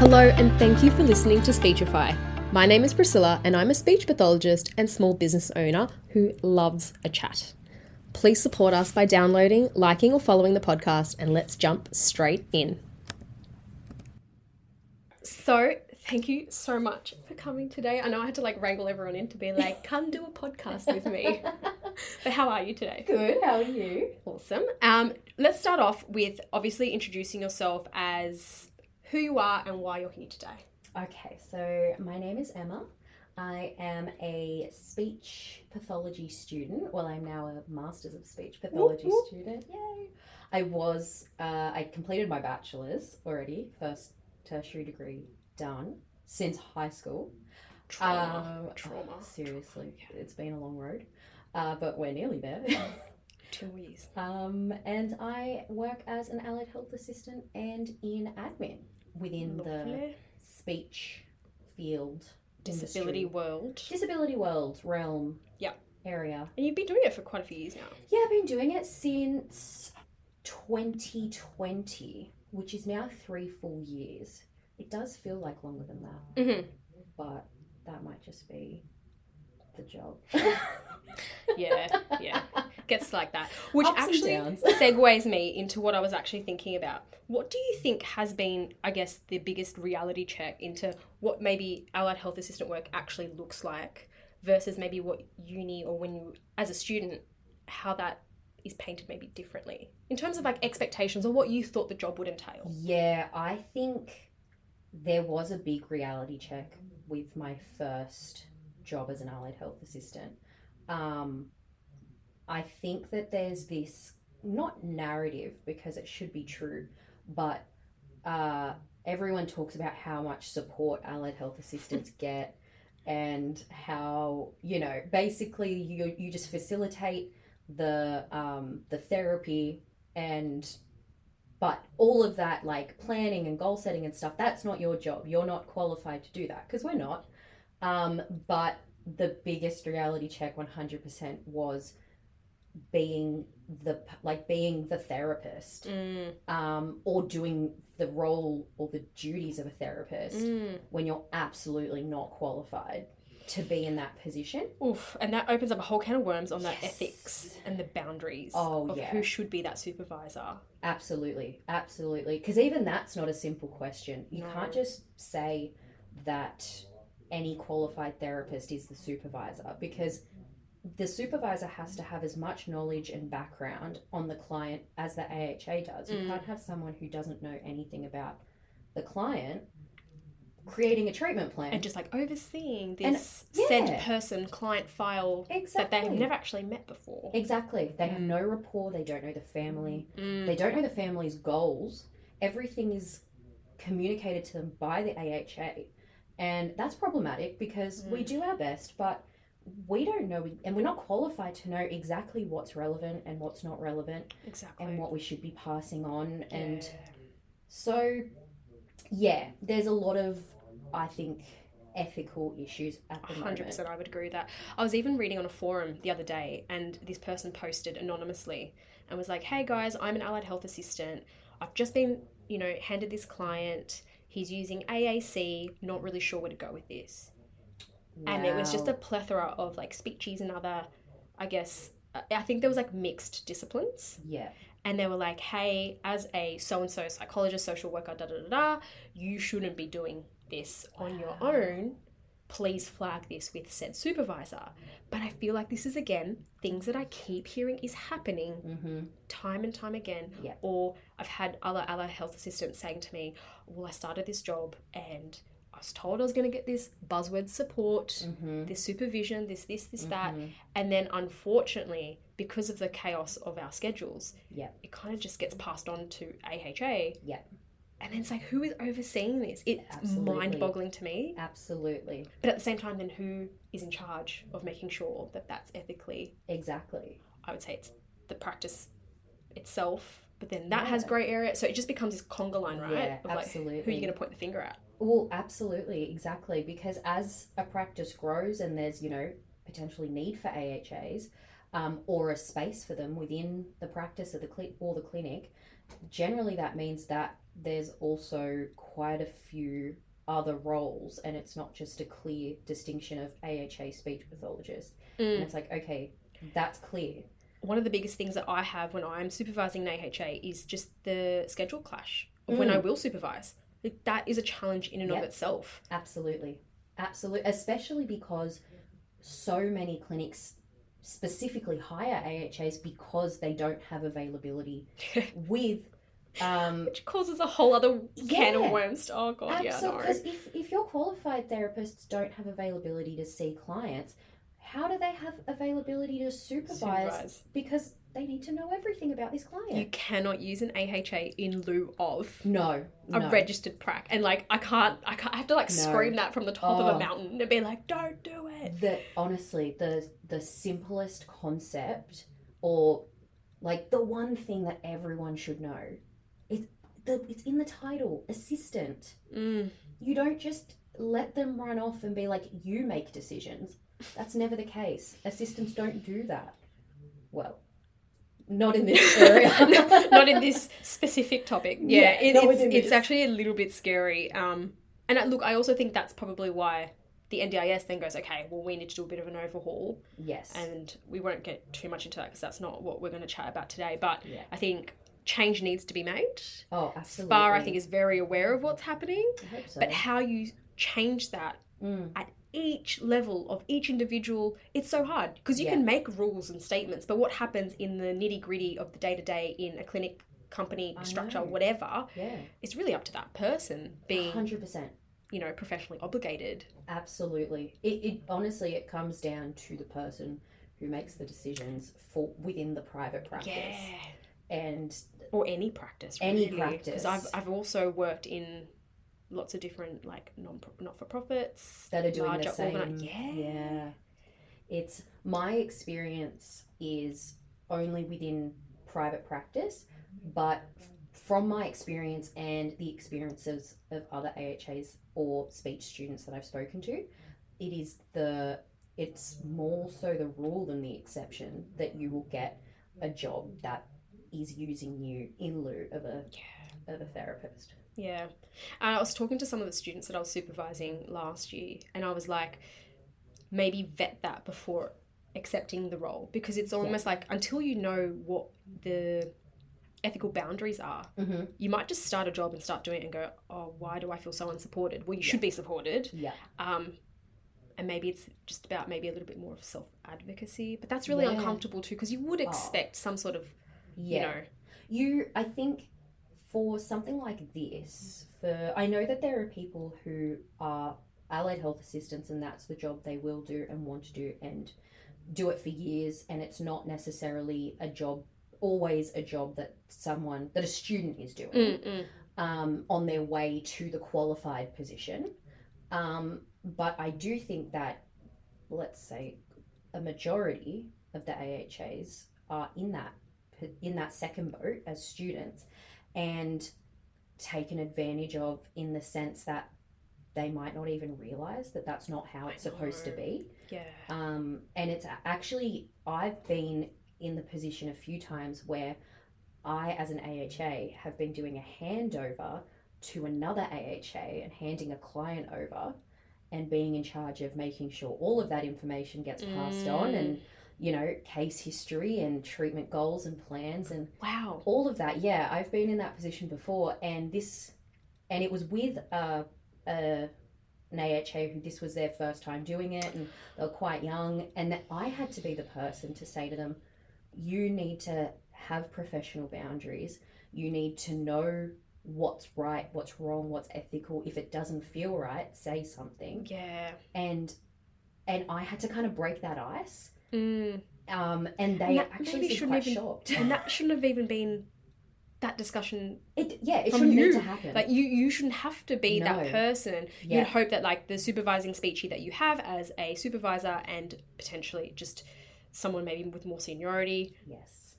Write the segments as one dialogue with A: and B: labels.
A: Hello, and thank you for listening to Speechify. My name is Priscilla, and I'm a speech pathologist and small business owner who loves a chat. Please support us by downloading, liking, or following the podcast, and let's jump straight in. So, thank you so much for coming today. I know I had to like wrangle everyone in to be like, come do a podcast with me. but how are you today?
B: Good, how are you?
A: Awesome. Um, let's start off with obviously introducing yourself as who you are and why you're here today.
B: Okay, so my name is Emma. I am a speech pathology student. Well, I'm now a Masters of Speech Pathology
A: whoop.
B: student. Yay! I was, uh, I completed my bachelor's already, first tertiary degree done since high school.
A: Trauma.
B: Um,
A: trauma.
B: Seriously, it's been a long road, uh, but we're nearly there.
A: Two years.
B: Um, and I work as an allied health assistant and in admin within the
A: Lovely.
B: speech field,
A: disability
B: industry.
A: world.
B: disability world realm,
A: Yep.
B: area.
A: And you've been doing it for quite a few years now.
B: Yeah, I've been doing it since 2020, which is now three full years. It does feel like longer than that,
A: Mm-hmm.
B: but that might just be the job.
A: Yeah, yeah. Gets like that. Which
B: Ups and
A: actually
B: downs.
A: segues me into what I was actually thinking about. What do you think has been, I guess, the biggest reality check into what maybe allied health assistant work actually looks like versus maybe what uni or when you, as a student, how that is painted maybe differently in terms of like expectations or what you thought the job would entail?
B: Yeah, I think there was a big reality check with my first job as an allied health assistant. Um, I think that there's this not narrative because it should be true, but uh, everyone talks about how much support allied health assistants get and how you know basically you you just facilitate the um, the therapy and but all of that like planning and goal setting and stuff that's not your job you're not qualified to do that because we're not um, but the biggest reality check 100% was being the like being the therapist
A: Mm,
B: um, or doing the role or the duties of a therapist
A: mm.
B: when you're absolutely not qualified to be in that position
A: Oof, and that opens up a whole can of worms on that
B: Yes.
A: ethics and the boundaries
B: Oh,
A: of
B: yeah.
A: who should be that supervisor.
B: Absolutely, absolutely. Because even that's not a simple question. You
A: No.
B: can't just say that any qualified therapist is the supervisor because the supervisor has to have as much knowledge and background on the client as the AHA does. You
A: Mm.
B: can't have someone who doesn't know anything about the client creating a treatment plan.
A: and just like overseeing
B: And-
A: this
B: yeah.
A: said person client file
B: exactly.
A: that they've never actually met before.
B: Exactly. They have
A: Mm.
B: no rapport, they don't know the family.
A: Mm.
B: They don't know the family's goals. Everything is communicated to them by the AHA. And that's problematic because we
A: Mm.
B: do our best, but we don't know, and we're not qualified to know exactly what's relevant and what's not relevant
A: Exactly.
B: and what we should be passing on. And
A: Yeah.
B: so, yeah, there's a lot of, I think, ethical issues at the
A: hundred
B: moment.
A: percent, I would agree with that. I was even reading on a forum the other day, and this person posted anonymously and was like, "Hey guys, I'm an allied health assistant. I've just been, you know, handed this client. He's using AAC. Not really sure where to go with this." And it was just a
B: Wow.
A: plethora of like speeches and other, I guess. uh, I- I think there was like mixed disciplines.
B: Yeah.
A: and they were like, "Hey, as a so and so psychologist, social worker, da da da da, you shouldn't be doing this on your
B: Wow.
A: own. Please flag this with said supervisor." But I feel like this is again things that I keep hearing is happening
B: Mm-hmm.
A: time and time again.
B: Yeah.
A: Or I've had other other health assistants saying to me, "Well, I started this job and I was told I was going to get this buzzword support."
B: Mm-hmm.
A: This supervision, this, this, this, that.
B: Mhm.
A: And then unfortunately, because of the chaos of our schedules,
B: Yeah.
A: it kind of just gets passed on to AHA.
B: Yeah.
A: And then it's like, who is overseeing this? It's
B: Absolutely.
A: mind boggling to me.
B: Absolutely.
A: But at the same time, then who is in charge of making sure that that's ethically?
B: Exactly.
A: I would say it's the practice itself, but then that has
B: Yeah.
A: grey area. So it just becomes this conga line, right?
B: Yeah,
A: Of like, who are
B: absolutely.
A: you going to point the finger at?
B: Well, absolutely, exactly. Because as a practice grows and there's, you know, potentially need for AHAs um, or a space for them within the practice of the cli- or the clinic, generally that means that there's also quite a few other roles, and it's not just a clear distinction of AHA speech pathologist.
A: Mm.
B: And it's like, okay, that's clear.
A: One of the biggest things that I have when I'm supervising an AHA is just the schedule clash of when I
B: Mm.
A: will supervise. Like, that is a challenge in and of
B: Yep.
A: itself.
B: Absolutely. Absolutely. Especially because so many clinics specifically hire AHAs because they don't have availability with. Um,
A: Which causes a whole other can
B: Yeah.
A: of worms. to- Oh, God, yeah,
B: absolutely.
A: no.
B: Because if, if your qualified therapists don't have availability to see clients, how do they have availability to supervise?
A: Supervise.
B: Because they need to know everything about this
A: You
B: client.
A: cannot use an AHA in lieu of
B: No.
A: a
B: no.
A: registered prac. And like, I can't, I can't, I have to like
B: No.
A: scream that from the top of
B: Oh.
A: a mountain and be like, don't do it.
B: the honestly the the simplest concept or like the one thing that everyone should know it's the it's in the title assistant
A: Mm.
B: you don't just let them run off and be like you make decisions that's never the case assistants don't do that well not in this area
A: not in this specific topic. Yeah,
B: Yeah,
A: it,
B: not
A: it's,
B: within
A: it's
B: this.
A: actually a little bit scary. Um, and I, look, I also think that's probably why the NDIS then goes, okay, well, we need to do a bit of an overhaul,
B: yes
A: and we won't get too much into that because that's not what we're going to chat about today. But
B: Yeah.
A: I think change needs to be made.
B: oh absolutely
A: Spar, I think, is very aware of what's happening,
B: I hope so.
A: but how you change that
B: Mm.
A: at each level of each individual, it's so hard because you can make rules and statements, but what happens in the nitty gritty of the day to day in a clinic, company,
B: I
A: structure,
B: know.
A: whatever,
B: yeah
A: it's really up to that person being,
B: 100%
A: you know, professionally obligated.
B: Absolutely. It, it honestly, it comes down to the person who makes the decisions for within the private practice. And
A: Or any practice.
B: Any
A: Because
B: practice.
A: I've, I've also worked in lots of different, like, non not for profits.
B: that are doing
A: Larger
B: the same.
A: organi- yeah.
B: Yeah. It's my experience is only within private practice, but from my experience and the experiences of other AHAs or speech students that I've spoken to, it is the it's more so the rule than the exception that you will get a job that is using you in lieu of a of a therapist.
A: Yeah. And I was talking to some of the students that I was supervising last year, and I was like, maybe vet that before accepting the role because it's almost like until you know what the ethical boundaries are,
B: Mm-hmm.
A: you might just start a job and start doing it and go, oh, why do I feel so unsupported? Well, you should be supported.
B: Yeah.
A: Um, and maybe it's just about maybe a little bit more of self advocacy, but that's really
B: Yeah. Oh.
A: uncomfortable too because you would expect some sort of,
B: Yeah.
A: you know,
B: you i think for something like this for i know that there are people who are allied health assistants and that's the job they will do and want to do and do it for years and it's not necessarily a job always a job that someone that a student is doing
A: Mm-mm.
B: um, on their way to the qualified position. Um, but I do think that, let's say, a majority of the AHAs are in that in that second boat as students, and taken advantage of in the sense that they might not even realize that that's not how
A: I
B: it's supposed to
A: know.
B: be.
A: yeah.
B: Um, and it's a- actually, I've been in the position a few times where I, as an AHA, have been doing a handover to another AHA and handing a client over and being in charge of making sure all of that information gets passed on and, you know, case history and treatment goals and plans and
A: Wow.
B: all of that yeah i've been in that position before and this and it was with uh, a an AHA who this was their first time doing it and they were quite young and that I had to be the person to say to them you need to have professional boundaries you need to know what's right what's wrong what's ethical if it doesn't feel right say something
A: Yeah.
B: and and I had to kind of break that ice
A: Mm.
B: um, and they
A: And that
B: actually
A: maybe
B: seemed
A: shouldn't
B: quite
A: even-
B: shocked
A: and that shouldn't have even been that discussion
B: it, yeah it
A: from
B: shouldn't
A: you,
B: need to happen
A: like you you shouldn't have to be
B: No.
A: that person
B: Yeah.
A: you'd hope that like the supervising speechy that you have as a supervisor and potentially just someone maybe with more seniority
B: Yes.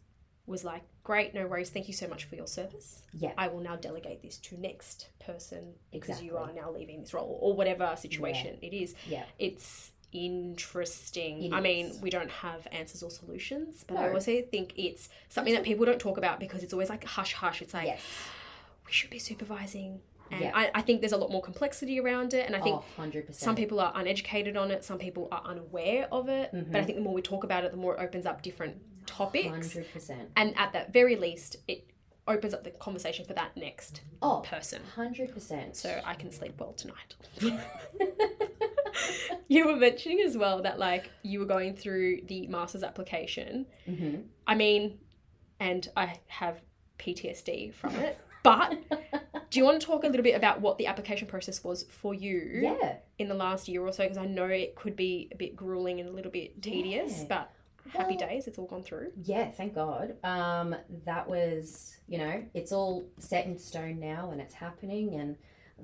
A: was like great no worries thank you so much for your service
B: Yeah.
A: i will now delegate this to next person because you are
B: Exactly.
A: now leaving this role or whatever situation it is
B: Yeah.
A: it's interesting.
B: It
A: I
B: is.
A: mean, we don't have answers or solutions, but I
B: No.
A: also think it's something that people don't talk about because it's always like hush hush. It's like
B: yes.
A: we should be supervising. And
B: Yeah.
A: I, I think there's a lot more complexity around it. And I think
B: oh, 100%.
A: some people are uneducated on it, some people are unaware of it.
B: Mm-hmm.
A: But I think the more we talk about it, the more it opens up different topics.
B: 100%.
A: And at that very least, it opens up the conversation for that next
B: Oh,
A: person.
B: 100%.
A: So I can sleep well tonight. you were mentioning as well that, like, you were going through the master's application.
B: hmm
A: I mean, and I have PTSD from it. But do you want to talk a little bit about what the application process was for you
B: Yeah.
A: in the last year or so? Because I know it could be a bit grueling and a little bit tedious,
B: Yeah.
A: but happy
B: Well-
A: days, it's all gone through.
B: Yeah, thank God. Um, that was, you know, it's all set in stone now and it's happening and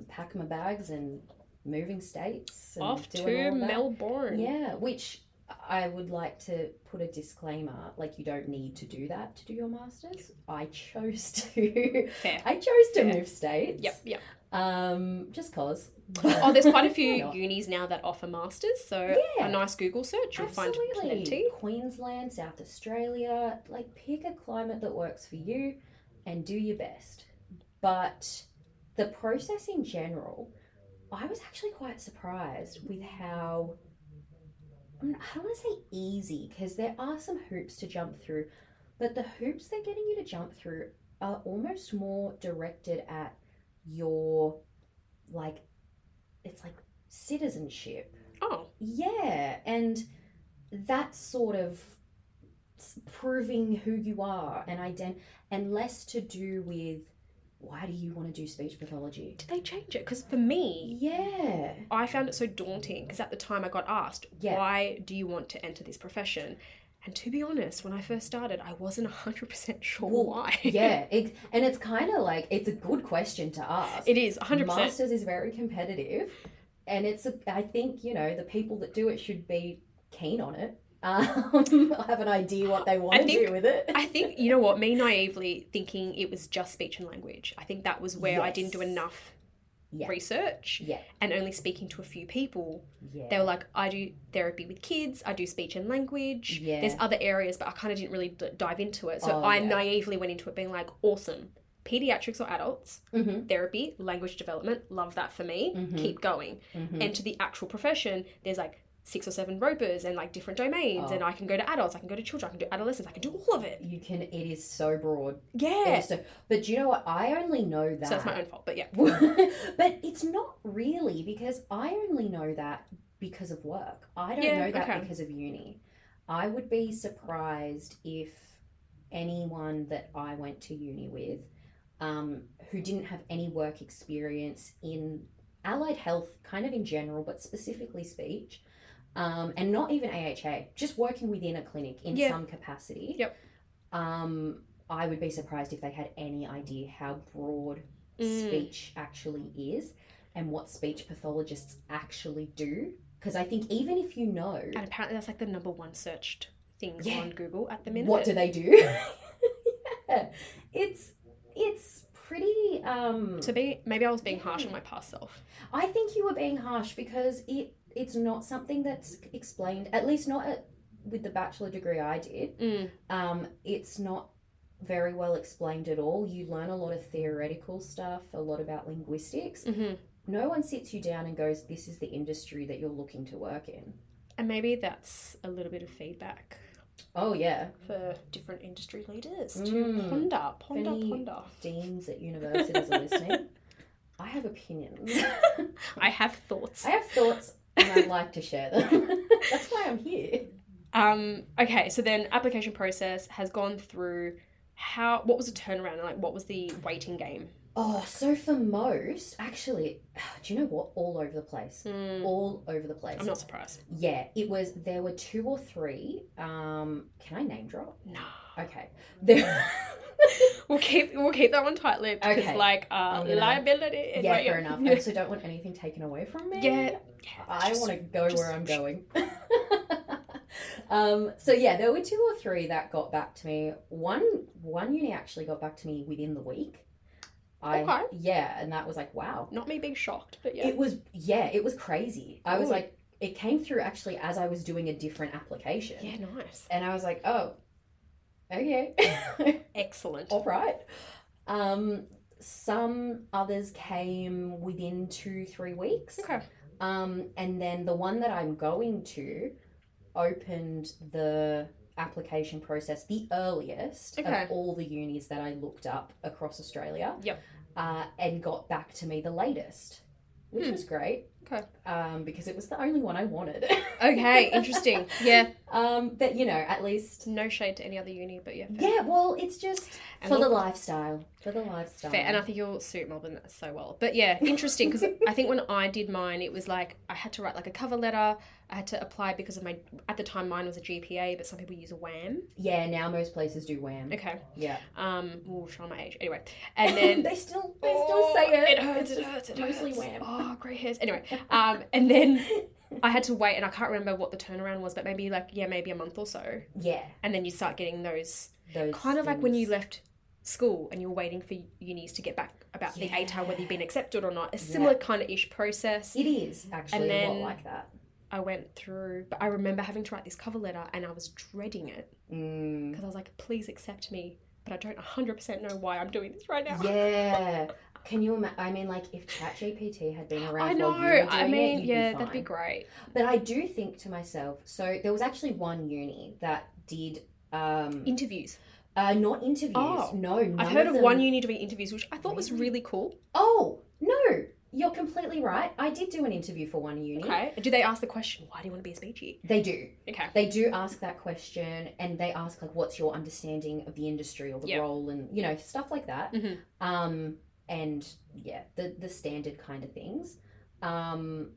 B: pack my bags and moving states. And
A: Off
B: doing
A: to
B: all that.
A: Melbourne.
B: Yeah, which I would like to put a disclaimer like, you don't need to do that to do your master's. I chose to.
A: Fair.
B: I chose to
A: Yeah.
B: move states.
A: Yep, yep.
B: Um, just cause.
A: Oh, there's quite a
B: Why
A: few
B: not?
A: unis now that offer masters, so
B: Yeah.
A: a nice Google search, you'll
B: Absolutely.
A: find plenty.
B: Queensland, South Australia, like pick a climate that works for you and do your best. But the process in general, I was actually quite surprised with how I mean, I don't want to say easy because there are some hoops to jump through, but the hoops they're getting you to jump through are almost more directed at your like it's like citizenship
A: Oh,
B: yeah, and that sort of s- proving who you are and ident and less to do with why do you want to do speech pathology?
A: did they change it? Because for me,
B: Yeah,
A: I found it so daunting because at the time I got asked,
B: Yeah.
A: why do you want to enter this profession? And to be honest, when I first started, I wasn't 100% sure
B: Well,
A: why.
B: yeah, it, and it's kind of like it's a good question to ask.
A: It is 100%.
B: Masters is very competitive, and it's a, I think you know the people that do it should be keen on it. Um, have an idea what they want
A: I
B: to
A: think-
B: do with it.
A: I think, you know what, me naively thinking it was just speech and language. I think that was where I didn't do
B: Yes.
A: enough
B: Yeah.
A: research
B: yeah,
A: and only speaking to a few people.
B: yeah,
A: They were like, I do therapy with kids, I do speech and language.
B: Yeah.
A: There's other areas, but I kind of didn't really d- dive into it. So
B: Oh,
A: I
B: yeah.
A: naively went into it being like, awesome, pediatrics or adults,
B: Mhm,
A: therapy, language development, love that for me,
B: Mhm.
A: keep going.
B: mhm.
A: And to the actual profession, there's like six or seven ropers and like different domains,
B: Oh.
A: and I can go to adults, I can go to children, I can do adolescents, I can do all of it.
B: you can. It is so broad.
A: Yeah.
B: So, but do you know what? I only know that.
A: So that's my own fault, but yeah.
B: but it's not really because I only know that because of work. I don't
A: Yeah,
B: know that
A: okay.
B: because of uni. I would be surprised if anyone that I went to uni with um, who didn't have any work experience in allied health, kind of in general, but specifically speech, um, and not even AHA, just working within a clinic in
A: Yeah.
B: some capacity.
A: Yep.
B: Um, I would be surprised if they had any idea how broad
A: Mm.
B: speech actually is and what speech pathologists actually do. Because I think even if you know
A: And apparently that's like the number one searched thing
B: Yeah.
A: on Google at the minute.
B: what do they do, yeah. it's it's pretty. Um,
A: to be maybe I was being harsh
B: Yeah.
A: on my past self.
B: I think you were being harsh because it it's not something that's explained. At least not at, with the bachelor degree I did.
A: Mm.
B: um, it's not very well explained at all. You learn a lot of theoretical stuff, a lot about linguistics.
A: hmm
B: No one sits you down and goes, This is the industry that you're looking to work in.
A: And maybe that's a little bit of feedback
B: Oh, yeah.
A: for different industry leaders to
B: Mm.
A: ponder, ponder,
B: Any
A: ponder.
B: Deans at universities are listening. I have opinions.
A: I have thoughts.
B: I have thoughts and I'd like to share them. That's why I'm here.
A: Um, okay, so then application process has gone through. How? What was the turnaround? and, Like, what was the waiting game?
B: Oh, so for most, actually, do you know what? All over the place.
A: Mm,
B: All over the place.
A: I'm not surprised.
B: Yeah, it was. There were two or three. Um, can I name drop?
A: No,
B: Okay. There,
A: we'll keep we'll keep that one tight lipped because
B: Okay.
A: like uh,
B: I'm gonna-
A: liability. and
B: yeah,
A: right-
B: fair enough. I also don't want anything taken away from me.
A: Yeah,
B: I want to go
A: just-
B: where I'm going. um, so yeah, there were two or three that got back to me. One one uni actually got back to me within the week. I
A: Okay.
B: yeah, and that was like wow.
A: Not me being shocked, but yeah.
B: It was yeah, it was crazy. I was
A: Ooh.
B: like, it came through actually as I was doing a different application,
A: yeah, nice.
B: and I was like, oh, okay.
A: Excellent.
B: all right. Um, Some others came within two, three weeks.
A: Okay.
B: Um, and then the one that I'm going to opened the application process the earliest
A: Okay.
B: of all the unis that I looked up across Australia.
A: Yep.
B: Uh, and got back to me the latest, which
A: Hmm.
B: was great.
A: Okay.
B: Um, because it was the only one I wanted.
A: Okay, interesting. Yeah,
B: um, but you know, at least.
A: no shade to any other uni, but yeah, fair.
B: Yeah, well, it's just
A: And
B: for
A: look-
B: the lifestyle. For the lifestyle.
A: Fair, and I think you'll suit Melbourne so well. But yeah, interesting because I think when I did mine, it was like I had to write like a cover letter. I had to apply because of my at the time mine was a GPA, but some people use a WAM.
B: Yeah, now most places do wham.
A: Okay,
B: Yeah.
A: um, ooh, show my age anyway. And then Oh,
B: they still they still say it.
A: It hurts. It
B: It's
A: hurts. It
B: mostly
A: hurts.
B: wham.
A: Oh, grey hairs. Anyway, um, and then I had to wait, and I can't remember what the turnaround was, but maybe like yeah, maybe a month or so,
B: Yeah.
A: and then you start getting those
B: Those
A: kind of like when you
B: things.
A: left school and you're waiting for unis to get back about
B: Yeah.
A: the ATAR, whether you've been accepted or not. A similar kind of ish process.
B: It is actually
A: And
B: a
A: then-
B: lot like that.
A: I went through, but I remember having to write this cover letter, and I was dreading it
B: Mm.
A: because I was like, please accept me. But I don't 100% know why I'm doing this right now.
B: Yeah. Can you imagine? I mean, like, if ChatGPT had been around,
A: I know.
B: While you were doing
A: I
B: it,
A: mean,
B: you'd
A: yeah,
B: be
A: that'd be
B: fine.
A: great.
B: But I do think to myself. So there was actually one uni that did um,
A: Interviews.
B: uh, not interviews.
A: Oh.
B: no, none
A: I've heard of,
B: them-
A: one uni doing interviews, which I thought was
B: Really?
A: really cool.
B: Oh no, you're completely right. I did do an interview for one uni.
A: Okay. Do they ask the question, why do you want to be a speechie?
B: They do.
A: Okay.
B: They do ask that question, and they ask like, "What's your understanding of the industry or the
A: Yeah.
B: role?" and you know stuff like that.
A: Mhm.
B: um, and yeah, the the standard kind of things. Um,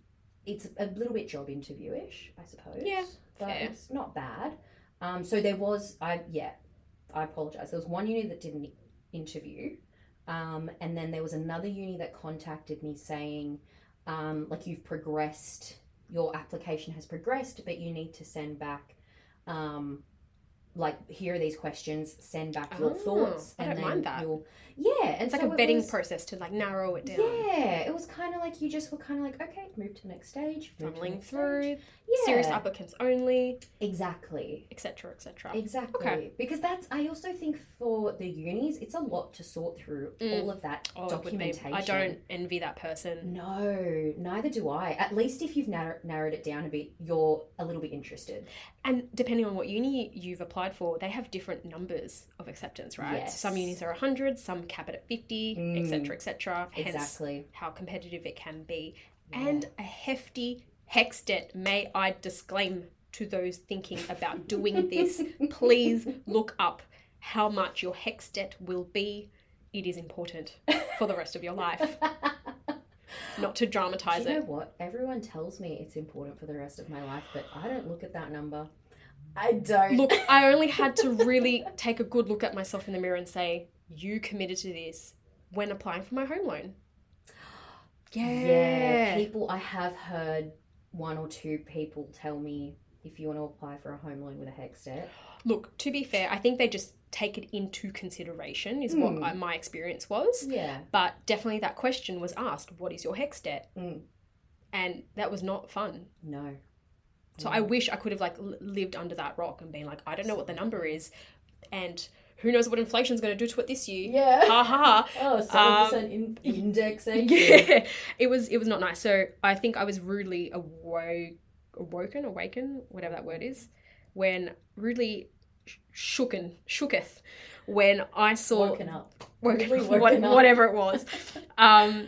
B: it's a little bit job interviewish, I suppose.
A: Yeah,
B: but
A: fair.
B: it's not bad. Um, so there was, I yeah, I apologize. There was one uni that didn't interview, um, and then there was another uni that contacted me saying, um, like you've progressed, your application has progressed, but you need to send back. Um, like here are these questions. Send back your
A: Oh,
B: thoughts,
A: I
B: and
A: don't
B: then
A: mind that.
B: you'll yeah, and
A: It's like
B: so
A: a
B: it
A: vetting
B: was-
A: process to like narrow it down.
B: Yeah, it was kind of like you just were kind of like, okay, move to the next stage, move to the
A: Funneling
B: next stage.
A: through,
B: yeah,
A: serious applicants only,
B: exactly,
A: etc., etc.
B: exactly.
A: Okay.
B: Because that's I also think for the unis, it's a lot to sort through
A: Mm.
B: all of that
A: Oh, it would be,
B: documentation. Mm.
A: I don't envy that person.
B: No, neither do I. At least if you've narrow- narrowed it down a bit, you're a little bit interested.
A: And depending on what uni you've applied for, they have different numbers of acceptance, right?
B: Yes.
A: Some unis are 100, some cap it at 50,
B: Mm.
A: etc., etc. Hence
B: exactly.
A: how competitive it can be.
B: Yeah.
A: And a hefty hex debt, may I disclaim to those thinking about doing this. Please look up how much your hex debt will be. It is important for the rest of your life, not to
B: Do
A: dramatize
B: you know
A: it.
B: what? Everyone tells me it's important for the rest of my life, but I don't look at that number. I don't.
A: Look, I only had to really take a good look at myself in the mirror and say, You committed to this when applying for my home loan.
B: Yeah,
A: Yeah.
B: people. I have heard one or two people tell me if you want to apply for a home loan with a hex debt.
A: Look, to be fair, I think they just take it into consideration, is what
B: Hmm.
A: I, my experience was.
B: Yeah,
A: But definitely that question was asked, What is your hex debt?
B: Mm.
A: And that was not fun.
B: no.
A: So I wish I could have like l- lived under that rock and been like, I don't know what the number is, and who knows what inflation's going to do to it this year.
B: Yeah.
A: Ha ha.
B: oh,
A: Um,
B: seven percent in- indexation.
A: yeah, it was it was not nice. So I think I was rudely awoke, awoken, awaken, whatever that word is, when rudely sh- shooken, shooketh, when I saw
B: Woken up.
A: woken-
B: Rudely
A: what-
B: woken up.
A: whatever it was, um,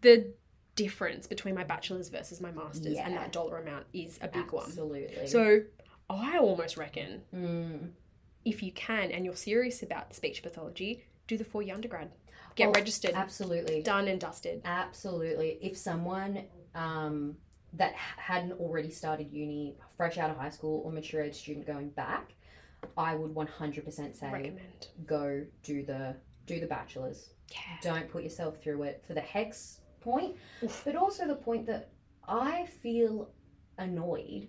A: the difference between my bachelor's versus my master's and
B: Yeah.
A: that dollar amount is a big
B: Absolutely.
A: one. So I almost reckon
B: Mm.
A: if you can and you're serious about speech pathology, do the four year undergrad, get
B: Oh,
A: registered,
B: absolutely.
A: done and dusted.
B: Absolutely. If someone um, that h- hadn't already started uni, fresh out of high school, or mature age student going back, I would 100% say
A: Recommend.
B: go do the do the bachelor's.
A: Yeah.
B: Don't put yourself through it for the hex point,
A: Oof.
B: but also the point that I feel annoyed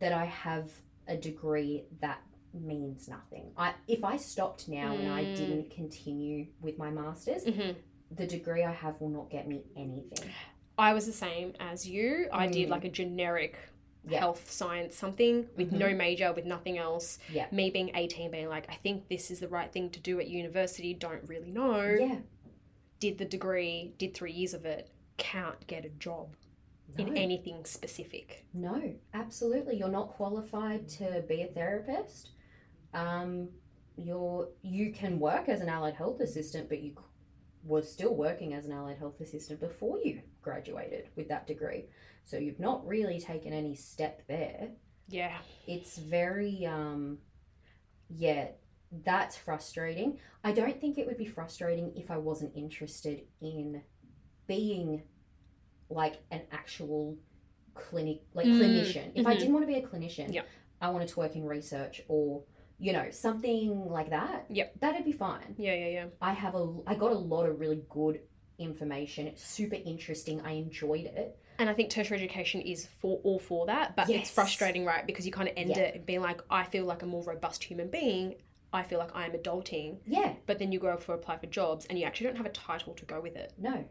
B: that I have a degree that means nothing. I if I stopped now and I
A: Mm.
B: didn't continue with my masters,
A: hmm
B: the degree I have will not get me anything.
A: I was the same as you. I did
B: Mm.
A: like a generic
B: Yeah. Mm-hmm.
A: health science something with no major, with nothing else.
B: Yeah.
A: Me being 18, being like, I think this is the right thing to do at university, don't really know.
B: Yeah.
A: did the degree, did three years of it, can't get a job in
B: No.
A: anything specific.
B: No, absolutely. You're not qualified to be a therapist. Um, you're you can work as an allied health assistant, but you c- were still working as an allied health assistant before you graduated with that degree. So you've not really taken any step there.
A: Yeah.
B: It's very um, yeah, that's frustrating. I don't think it would be frustrating if I wasn't interested in being like an actual clinic like
A: Mm,
B: clinician. If I
A: mhm.
B: didn't want to be a clinician,
A: Yep.
B: I wanted to work in research or you know something like that.
A: Yep.
B: that'd be fine.
A: Yeah, yeah, yeah.
B: I have a I got a lot of really good information. It's super interesting. I enjoyed it.
A: And I think tertiary education is for all for that, but it's
B: Yes.
A: frustrating, right? Because you kind of end
B: Yeah.
A: it being like, I feel like a more robust human being. I feel like I am adulting,
B: Yeah,
A: but then you go for apply for jobs and you actually don't have a title to go with it.
B: no,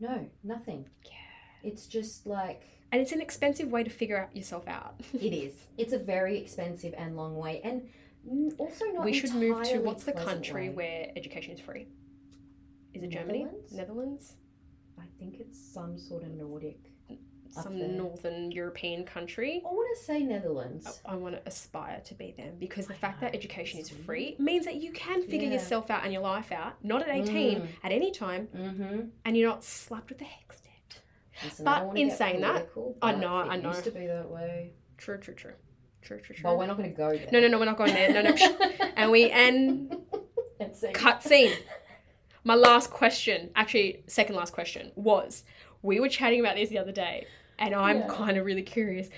B: no, nothing.
A: Yeah.
B: It's just like
A: And it's an expensive way to figure out yourself out.
B: it is. It's a very expensive and long way, and n- also not.
A: we should move to
B: entirely
A: what's the
B: pleasant
A: country
B: way.
A: where education is free? Is it Germany?
B: Netherlands?
A: Netherlands?
B: I think it's some sort of Nordic. Up
A: Some
B: there.
A: northern European country?
B: I want to say Netherlands.
A: I want to aspire to be them because the
B: I
A: fact that
B: know,
A: education is
B: it's
A: free means that you can figure
B: Yeah.
A: yourself out and your life out, not at 18,
B: Mm.
A: at any time,
B: Mm-hmm.
A: and you're not slapped with the hex debt.
B: Listen,
A: But
B: I don't wanna
A: in
B: get
A: saying that,
B: political,
A: I
B: but
A: know,
B: It
A: I know.
B: Used to be that way.
A: True, true, true. True, true, true.
B: Well, we're not going to go there.
A: no, no, no, we're not going there. No, no. psh. and we end
B: Let's see.
A: cut scene. My last question, actually, second last question was we were chatting about this the other day, and I'm
B: Yeah.
A: kind of really curious.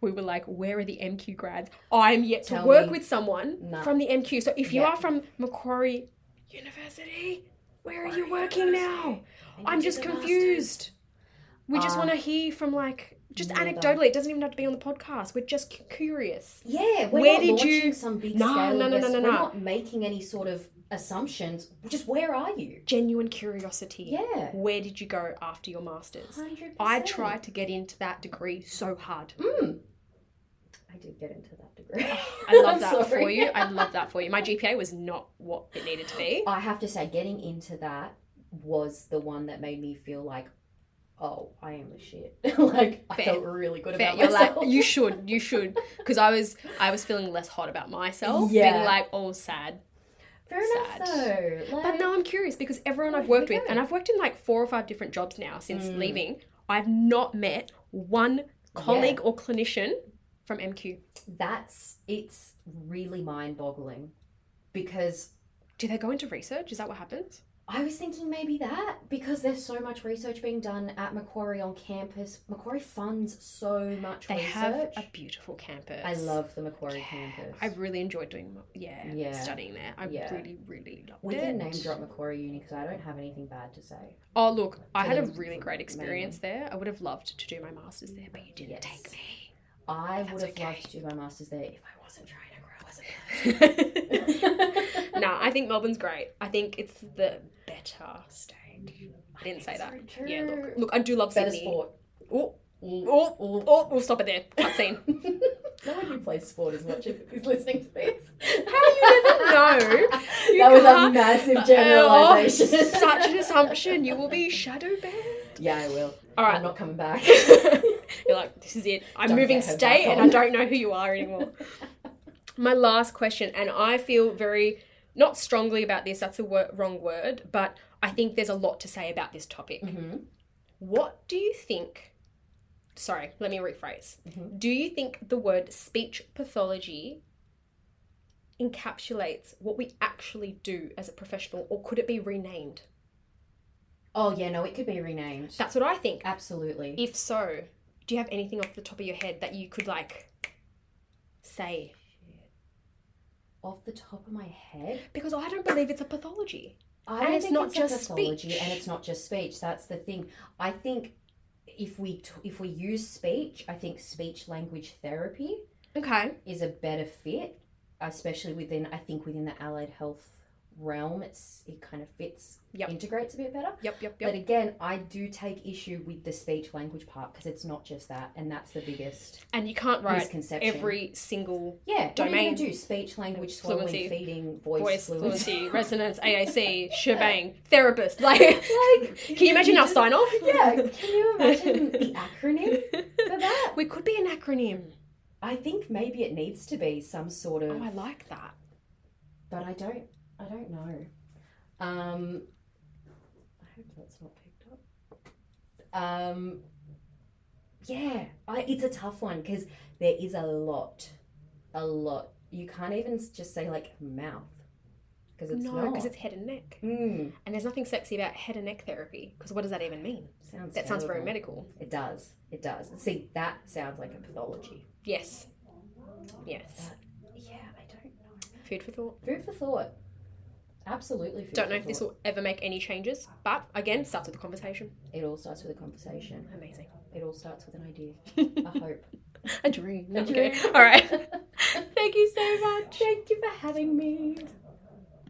A: We were like, where are the MQ grads? I'm yet to
B: Tell
A: work
B: me.
A: with someone
B: Nah.
A: from the MQ. So if you
B: Yeah.
A: are from Macquarie University, where are you
B: Macquarie
A: working now?
B: University. And
A: I'm
B: you
A: just
B: did the
A: confused. We just
B: Ah.
A: want to hear from like, just
B: Neither.
A: anecdotally, it doesn't even have to be on the podcast. We're just cu- curious.
B: masters. Yeah, we're
A: Where
B: not
A: did
B: launching
A: you-
B: some big
A: No, no,
B: scale
A: no, no,
B: invest-
A: no,
B: We're
A: no.
B: not making any sort of assumptions. Just where are you?
A: Genuine curiosity.
B: Yeah.
A: Where did you go after your master's?
B: 100%.
A: I tried to get into that degree so hard.
B: Mm. I did get into that degree.
A: Ah, I love
B: I'm
A: that for
B: sorry.
A: you. I love that for you. My GPA was not what it needed to be.
B: I have to say, getting into that was the one that made me feel like, oh, I am the shit. like I
A: Fair.
B: felt really good
A: Fair.
B: about
A: You're like,
B: myself.
A: you should, you should, because I was, I was feeling less hot about myself, being
B: Yeah.
A: like, oh, sad.
B: Fair
A: sad.
B: enough though.
A: But
B: Like,
A: now I'm curious because everyone
B: Where
A: I've
B: did you
A: worked with,
B: go?
A: and I've worked in like four or five different jobs now since
B: Mm.
A: leaving, I've not met one colleague or clinician from MQ.
B: that's it's really mind boggling because
A: Do they go into research? Is that what happens?
B: I was thinking maybe that because there's so much research being done at Macquarie on campus. Macquarie funds so much
A: They have
B: research.
A: a beautiful campus.
B: I love the Macquarie campus.
A: I really enjoyed doing my, yeah,
B: Yeah.
A: studying there. I
B: Yeah.
A: really, really loved
B: we
A: it.
B: can name drop Macquarie Uni because I don't have anything bad to say.
A: Oh look, I
B: to
A: had a
B: them
A: really
B: for
A: great
B: mainly.
A: experience there. I would have loved to do my masters there, but you didn't
B: Yes.
A: take me.
B: I
A: That's
B: would have
A: okay.
B: loved to do my masters there if I wasn't trying to grow as a
A: no, I think Melbourne's great. I think it's the better state. I didn't say that. Yeah, look, look, I do love
B: Better
A: Sydney.
B: sport.
A: Oh,
B: Mm.
A: oh, oh, we'll stop it there. Cut scene.
B: no one who plays sport is watching is listening to this.
A: How you never know? You
B: that was a
A: can't-
B: massive generalization.
A: Oh, such an assumption. You will be shadow banned.
B: Yeah, I will.
A: All right.
B: I'm not coming back.
A: You're like, this is it. I'm
B: Don't
A: moving
B: get her
A: state
B: back
A: and I
B: on.
A: don't know who you are anymore. My last question, and I feel very, not strongly about this, that's a wor- wrong word, but I think there's a lot to say about this topic.
B: Mhm.
A: What do you think? Sorry, let me rephrase.
B: Mhm.
A: Do you think the word speech pathology encapsulates what we actually do as a professional, or could it be renamed?
B: Oh yeah, no, it could be renamed.
A: That's what I think.
B: Absolutely.
A: If so, do you have anything off the top of your head that you could like say?
B: Off the top of my head,
A: Because I don't believe it's a pathology.
B: I
A: And
B: don't
A: it's
B: think
A: not
B: it's
A: just
B: a pathology,
A: speech.
B: and it's not just speech. That's the thing. I think if we t- if we use speech, I think speech language therapy
A: Okay.
B: is a better fit, especially within I think within the allied health realm, it's it kind of fits,
A: Yep.
B: integrates a bit better.
A: Yep, yep, yep.
B: But again, I do take issue with the speech language part because it's not just that, and that's the biggest
A: And you can't write
B: misconception.
A: every single
B: yeah, what are you
A: domain.
B: gonna do? Speech, language, swallowing,
A: Fluency.
B: feeding, voice,
A: voice
B: fluency.
A: fluency, resonance, AAC, shebang, therapist. Like,
B: like,
A: can you imagine our sign off?
B: Yeah, can you imagine the acronym for that?
A: We could be an acronym.
B: I think maybe it needs to be some sort of,
A: Oh, I like that.
B: but I don't, I don't know. Um, I hope that's not picked up. Um, yeah, I, it's a tough one because there is a lot, a lot. You can't even s- just say like mouth because it's
A: no,
B: not.
A: because it's head and neck,
B: Mm,
A: and there's nothing sexy about head and neck therapy. Because what does that even mean?
B: sounds
A: That sounds very
B: terrible.
A: medical.
B: It does. It does. See, that sounds like a pathology.
A: Yes. Yes.
B: Yeah, I don't know.
A: Food for thought.
B: Food for thought. Absolutely. Food
A: Don't
B: for
A: know if this
B: thought.
A: will ever make any changes, but again, starts with a conversation.
B: It all starts with a conversation.
A: Amazing.
B: It all starts with an idea. I
A: a
B: hope.
A: dream. No,
B: A
A: okay.
B: dream.
A: All right. Thank you so much.
B: Thank you for having me.